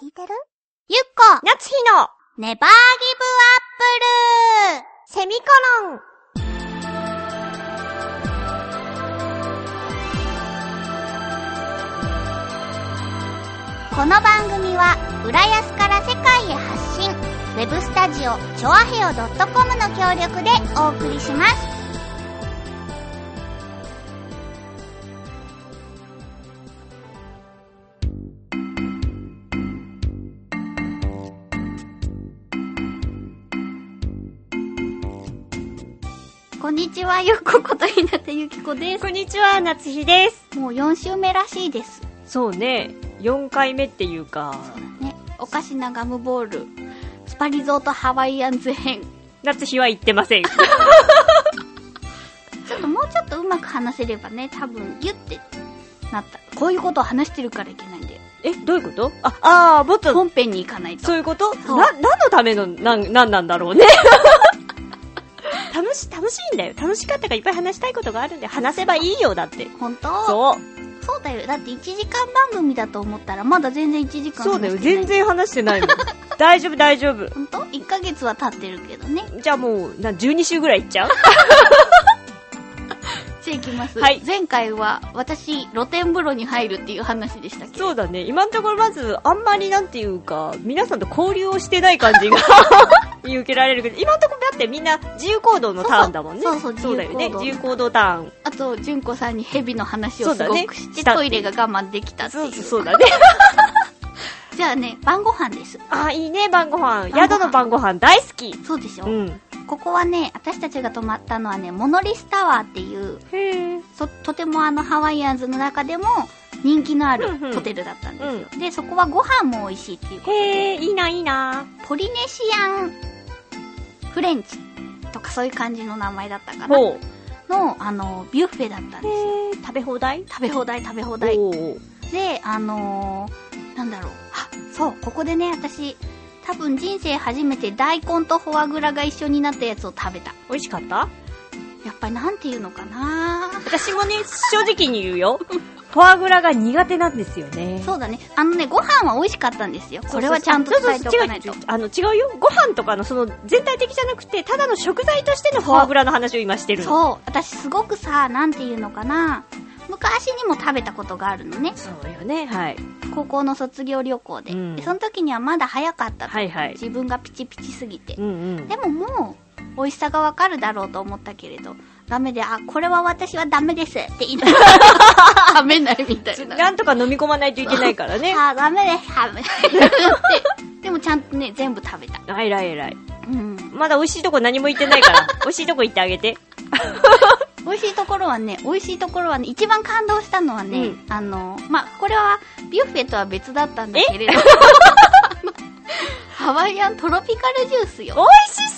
聞いてるゆっこ夏日のネバーギブアップルセミコロンこの番組は浦安から世界へ発信ウェブスタジオチョアヘオ .com の協力でお送りしますこんにちは、ゆっこことひなたゆきこでこんにちは夏日ですす。もう4週目らしいです。そうね4回目っていうかね、おかしなガムボール、スパリゾートハワイアンズ編。夏日は行ってませんちょっともうちょっとうまく話せればね、多分、ギュってなった。こういうことを話してるからいけないんで、 えどういうことああーもっと本編に行かないと。そういうことそうな何のためのなんなんなんだろ うね楽し楽しいんだよ楽しかったからいっぱい話したいことがあるんで話せばいいよだって本当そうそうだよ。だって1時間番組だと思ったら、まだ全然1時間そうだよ話してない全。然話してない もん大丈夫大丈夫本当 ?1 ヶ月は経ってるけどね。じゃあもうな12週ぐらいいっちゃうじゃあ行きます。はい前回は、私、露天風呂に入るっていう話でしたけど。そうだね今のところまずあんまりなんていうか皆さんと交流をしてない感 じが見受けられるけど今のところだってみんな自由行動のターンだもんねそうそうだよね自自由由行動ターンあと、純子さんに蛇の話をそうすだごねくして、したってトイレが我慢できたっていそうう。そうそうだね じゃあね、晩ご飯です。あいいね晩ご飯晩ご飯宿の晩ご飯大好きそうでしょ、うんここはね、私たちが泊まったのはね、モノリスタワーっていう、へえそとてもあのハワイアンズの中でも人気のあるうんうんホテルだったんですよ。で、そこはご飯も美味しいっていうことで、へえいいないいなポリネシアンフレンチとかそういう感じの名前だったかなほうの、あの、ビュッフェだったんですよ。へえ食べ放題食べ放題食べ放題。おーで、あのー、なんだろう。あ、そう、ここでね、私、多分人生初めて大根とフォアグラが一緒になったやつを食べた。美味しかったやっぱりなんていうのかな私もね、正直に言うよ。 フォアグラが苦手なんですよね。そうだね。あのね、ご飯は美味しかったんですよ。これはちゃんと伝えておかないとそうそうそう違う違う違。うあの、違うよ。ご飯とかのその全体的じゃなくて、ただの食材としてのフォアグラの話を今してるの。そう。私すごくさ、なんていうのかな昔にも食べたことがあるのね。そうよね。はい。高校の卒業旅行で。うんでその時にはまだ早かったと、はいはい自分がピチピチすぎて。うんうん。でももう、美味しさがわかるだろうと思ったけれど、ダメで、あ、これは私はダメですって言いながら 食べないみたいな。なんとか飲み込まないといけないからね。あー、ダメです、ダメです。でもちゃんとね、全部食べた。えらいえらい。うん。まだ美味しいとこ何も言ってな いから、美味しいとこ行ってあげて。美味しいところはね、美味しいところはね、一番感動したのはね、うんあの、まあ、これは、ビュッフェとは別だったんだけれど、 ハワイアントロピカルジュース美よ。味しでし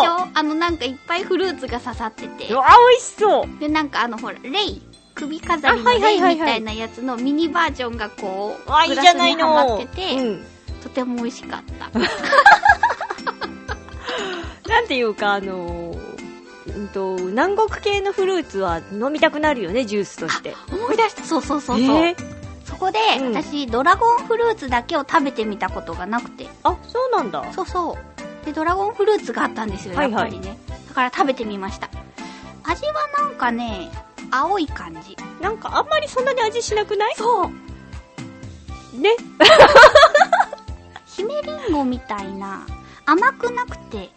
そょあの、なんかいっぱいフルーツが刺さっててうう、わ、美味しそうで、なんかあの、ほら、レイ、首飾りのあはいはレいイはいはいみたいなやつのミニバージョンがこう、わ、いいグじラゃスないにはまっの。てて、うん。とても美味しかった。なんていうか、あのー、うんと、南国系のフルーツは飲みたくなるよね、ジュースとして。思い出した。そうそうそうそう。えーそこで、うん私、ドラゴンフルーツだけを食べてみたことがなくて。あ、そうなんだ。そうそう。で、ドラゴンフルーツがあったんですよ、はやっいぱはいりね。だから食べてみました。味はなんかね、青い感じ。なんかあんまりそんなに味しなくないそう。ね。姫リンゴみたいな、甘くなくて、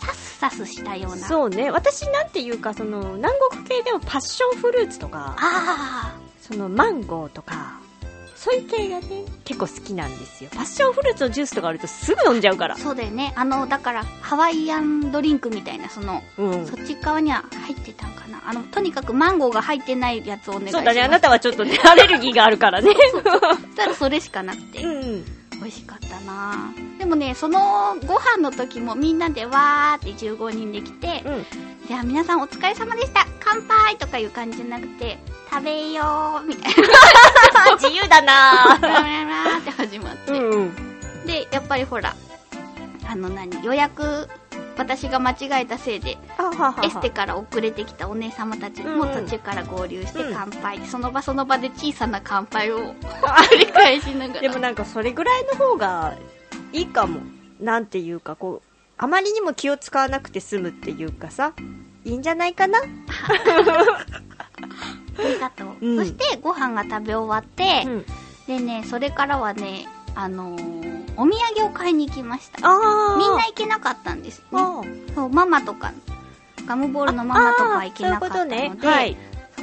サスサスしたような。う。そうね。私なんていうか、その、南国系でもパッションフルーツとか、あそのマンゴーとか、そういう系がね、結構好きなんですよ。パッションフルーツのジュースとかあるとすぐ飲んじゃうからあ。。そうだよね。あの、だから、ハワイアンドリンクみたいな、その、うん。そっち側には入ってたんかな。あの、とにかくマンゴーが入ってないやつをお願いします。そうだね、あなたはちょっと ね、アレルギーがあるからね。そしたらそれしかなくて。うん。美味しかったなぁでもねそのご飯の時もみんなでわーって15人できてうん。 「じゃあ皆さんお疲れ様でした乾杯!」とかいう感じじゃなくて「食べよう」みたい自由だななララララって始まって、うんうん。でやっぱりほらあの何予約私が間違えたせいであはははエステから遅れてきたお姉様たちうんうもん途中から合流してうん乾杯、その場その場で小さな乾杯を 繰り返しながらでもなんかそれぐらいの方がいいかもなんていうかこうあまりにも気を使わなくて済むっていうかさいいんじゃないかなありがとう、うんそしてご飯が食べ終わって、うんでねそれからはねあのーお土産を買いに行きましたあみんな行けなかったんですねあーそうママとかガムボールのママとか行けなかったのであーそうそいうことねはい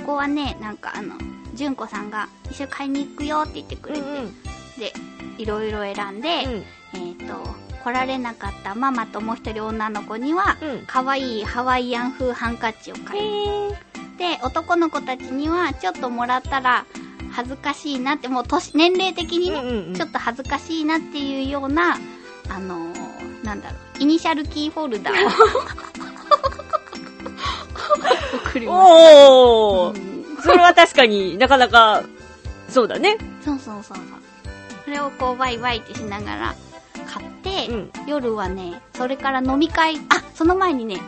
こはねなんかあの純子さんが一緒に買いに行くよって言ってくれて、うんうんでいろいろ選んで、えっ、と来られなかったママともう一人女の子にはうんうん可愛いハワイアン風ハンカチを買いへーで男の子たちにはちょっともらったら恥ずかしいなってもう年年齢的にね、うんうんうんちょっと恥ずかしいなっていうようなあのーなんだろうイニシャルキーホルダーを送りました、おおうんそれは確かになかなかそうだねそうそうそうそうそれをこうワイワイってしながら買って、うん夜はねそれから飲み会あその前にね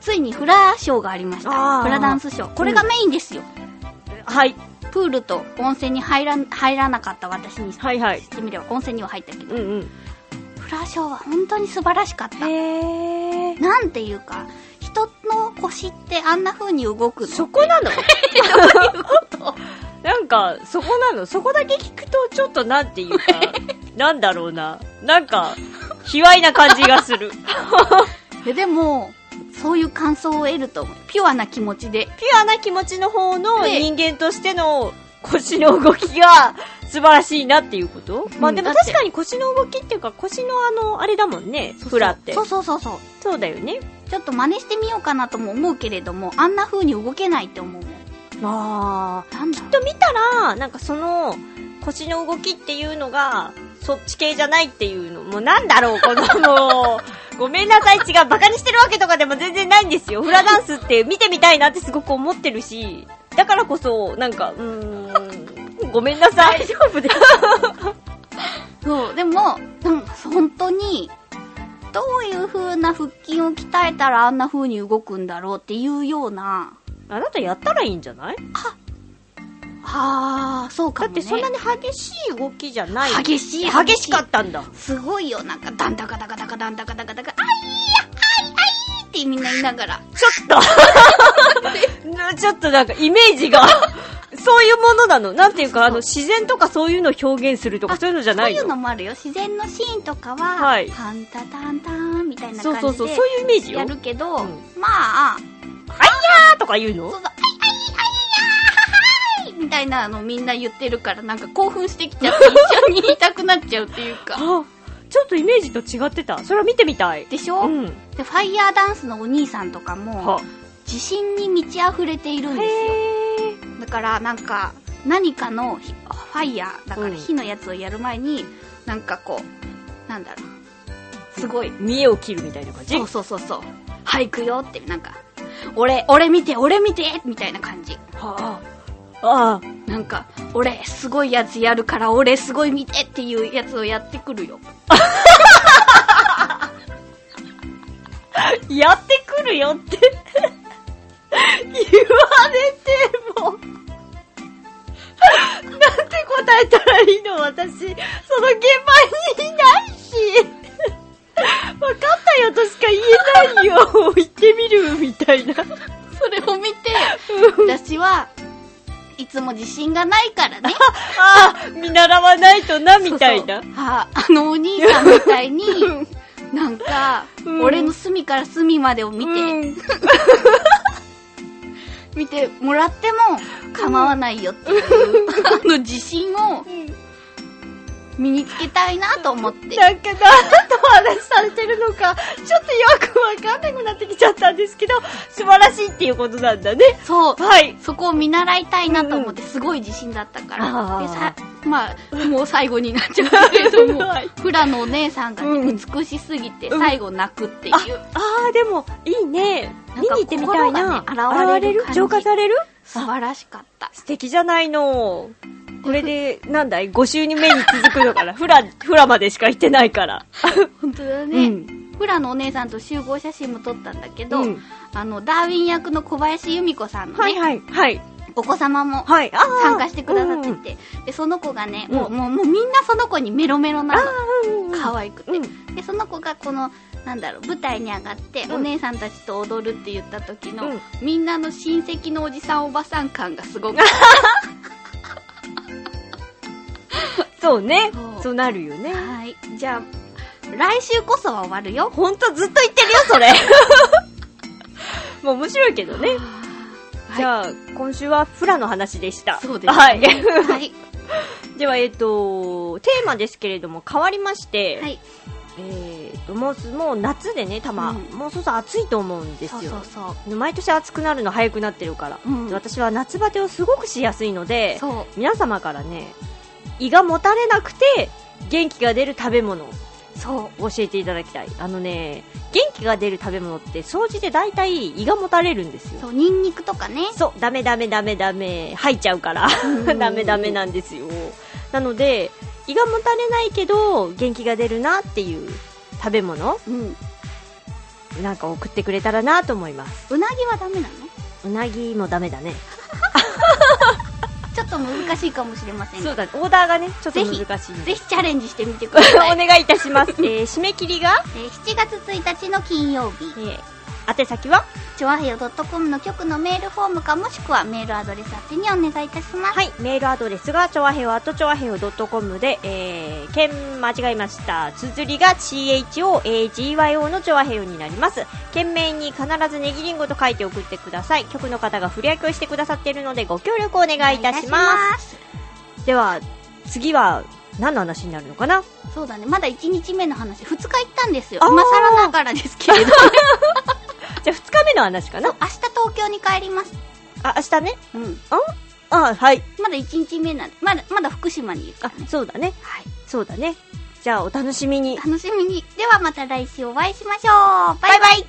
ついにフラショーがありましたあーフラダンスショーこれがメインですよ、はいプールと温泉に入らん入らなかった私にしてはいはいみれば温泉には入ったけど、うんうんフラショーは本当に素晴らしかったへえなんていうか人の腰ってあんな風に動くのそこなのなんか、そこなのそこだけ聞くと、ちょっとなんてい うか、なんだろうな。なんか、卑猥な感じがする。ピえでもそういう感想を得ると思うピュアな気持ちでュアな気持ちの方のね人間としての腰の動きが素晴らしいなっていうこと、まあでもだって確かに腰の動きっていうか、腰のあの、あれだもんね、フラって。そそううそうそうそうだよね。ちょっと真似してみようかなとも思うけれどもあんな風に動けないって思うもんあなんだろー。うと見たら、なんかその、腰の動きっていうのが、そっち系じゃないっていうの、もうなんだろう、この、 もう、ごめんなさい、違う、バカにしてるわけとかでも全然ないんですよ。フラダンスって見てみたいなってすごく思ってるし、だからこそ、なんか、うーん、ごめんなさい。大丈夫です。そうでもなんか本当にどういう風な腹筋を鍛えたらあんな風に動くんだろうっていうようなあなたやったらいいんじゃないああそうかだも、っね、てそんなに激しい動きじゃない。激しい激しかったんだ。すごいよなんかダンダカダカダカダンダカダカダカあいやあいあいってみんな言いながらちょっと ちょっとなんかイメージが、 そういうものなの。なんていうか、あの、自然とかそういうのを表現するとか、あそういうのじゃそなういいの。うのもあるよ自然のシーンとかは、はいタンタタンタンみたいなそう感そうじそう、でそういうイメージよ。やるけどうんまああーとか言うそうそうのあいあいあいやーははーいみたいなのみんな言ってるからなんか興奮してきちゃって一緒に言いたくなっちゃうっていうかあ、ちょっとイメージと違ってた。それは見てみたい。でしょ、うん。でファイヤーダンスのお兄さんとかもは。自信に満ち溢れているんへですよー。だからなんか何かの火あファイヤーだからうん火のやつをやる前に、なんかこうなんだろうすごい見栄を切るみたいな感じそうそうそうそう俳句よってなんか俺俺見て俺見てみたいな感じはあ。ああ。なんか俺すごいやつやるから俺すごい見てっていうやつをやってくるよやってくるよって言われてもなんて答えたらいいの私その現場にいないし分かったよとしか言えないよ行ってみるみたいなそれを見て 私はいつも自信がないからねああ見習わないとな みたいなそうそうああのお兄さんみたい になんか、うん俺の隅から隅までを見て、うん見てもらっても構わないよって いう、あの自信を身につけたいなと思って。なんか、なんとお話しされてるのか、ちょっとよくわかんなくなってきちゃったんですけど、素晴らしいっていうことなんだね。そう。はい。そこを見習いたいなと思って、すごい自信だったから。あでーさ、まあ、もう最後になっちゃうけれどもはい、 フラのお姉さんがね、うん美しすぎてうん最後泣くっていう。あ、あーでも、いいね。見に行ってみたいなんな。か心がね現れる感じ浄化される素晴らしかった。素敵じゃないの。これ で、なんだい ?5 週に目に続くのかなフラ、フラまでしか行ってないから。本当だうね。ん。フラのお姉さんと集合写真も撮ったんだけど、うんあの、ダーウィン役の小林由美子さんのね、はいはい。はい。お子様もはい。あー参加してくださってて、で、その子がね、もう、うんもう、もうみんなその子にメロメロなの。うんうんうん可愛くて、うんでその子がこのなんだろう舞台に上がって、うんお姉さんたちと踊るって言った時の、うんみんなの親戚のおじさんおばさん感がすごく そうねそ。うそうなるよね。はいじゃあ来週こそは終わるよほんとずっと言ってるよ、それ。 もう面白いけどね。はいじゃあ、今週はフラの話でした。そうですねはい。 はい、では、えっ、と、テーマですけれども、変わりまして、はい、えっ、と、もうす、もう夏でね、たま、うんもうそろそろ暑いと思うんですそよ。うそうそう毎年暑くなるの早くなってるから、うん私は夏バテをすごくしやすいのでそう皆様からね胃がもたれなくて元気が出る食べ物そを教えていただきたいあのね元気が出る食べ物って掃除で大体胃がもたれるんですうよそうニンニクとかねそうダメダメダメダメ吐いちゃうからうん ダメダメなんですよなので胃がもたれないけど元気が出るなっていう食べ物うんなんか送ってくれたらなと思いますうなぎはダメなのうなぎもダメだねちょっと難しいかもしれませんそうがだねオーダーがねちょっぜと難ひしいぜひチャレンジしてみてくださお い、願いいたします。えー締め切りが、えー7月1日の金曜日えー宛先はチョアヘヨ .com の局のメールフォームかもしくはメールアドレス宛てにお願いいたします。はい、メールアドレスが、ちょわへよ、あとちょわへよ .com で、えー、件間違えました。綴りが CHOAGYO のちょわへよになります。件名に必ずネギリンゴと書いて送ってください。局の方が振り分けをしてくださっているので、ご協力お願いいたします。す。では、次は、何の話になるのかなそうだね、まだ1日目の話、2日行ったんですよ。あー今更ながらですけれど。 じゃあ、二日目の話かな明日東京に帰ります。あ、明日ね。うん。ああ、はい。まだ1日目なんで、まだ、まだ福島にいるかあらね、。そうだね。はい。そうだね。じゃあ、お楽しみに。楽しみに。ではまた来週お会いしましょう。バイバイ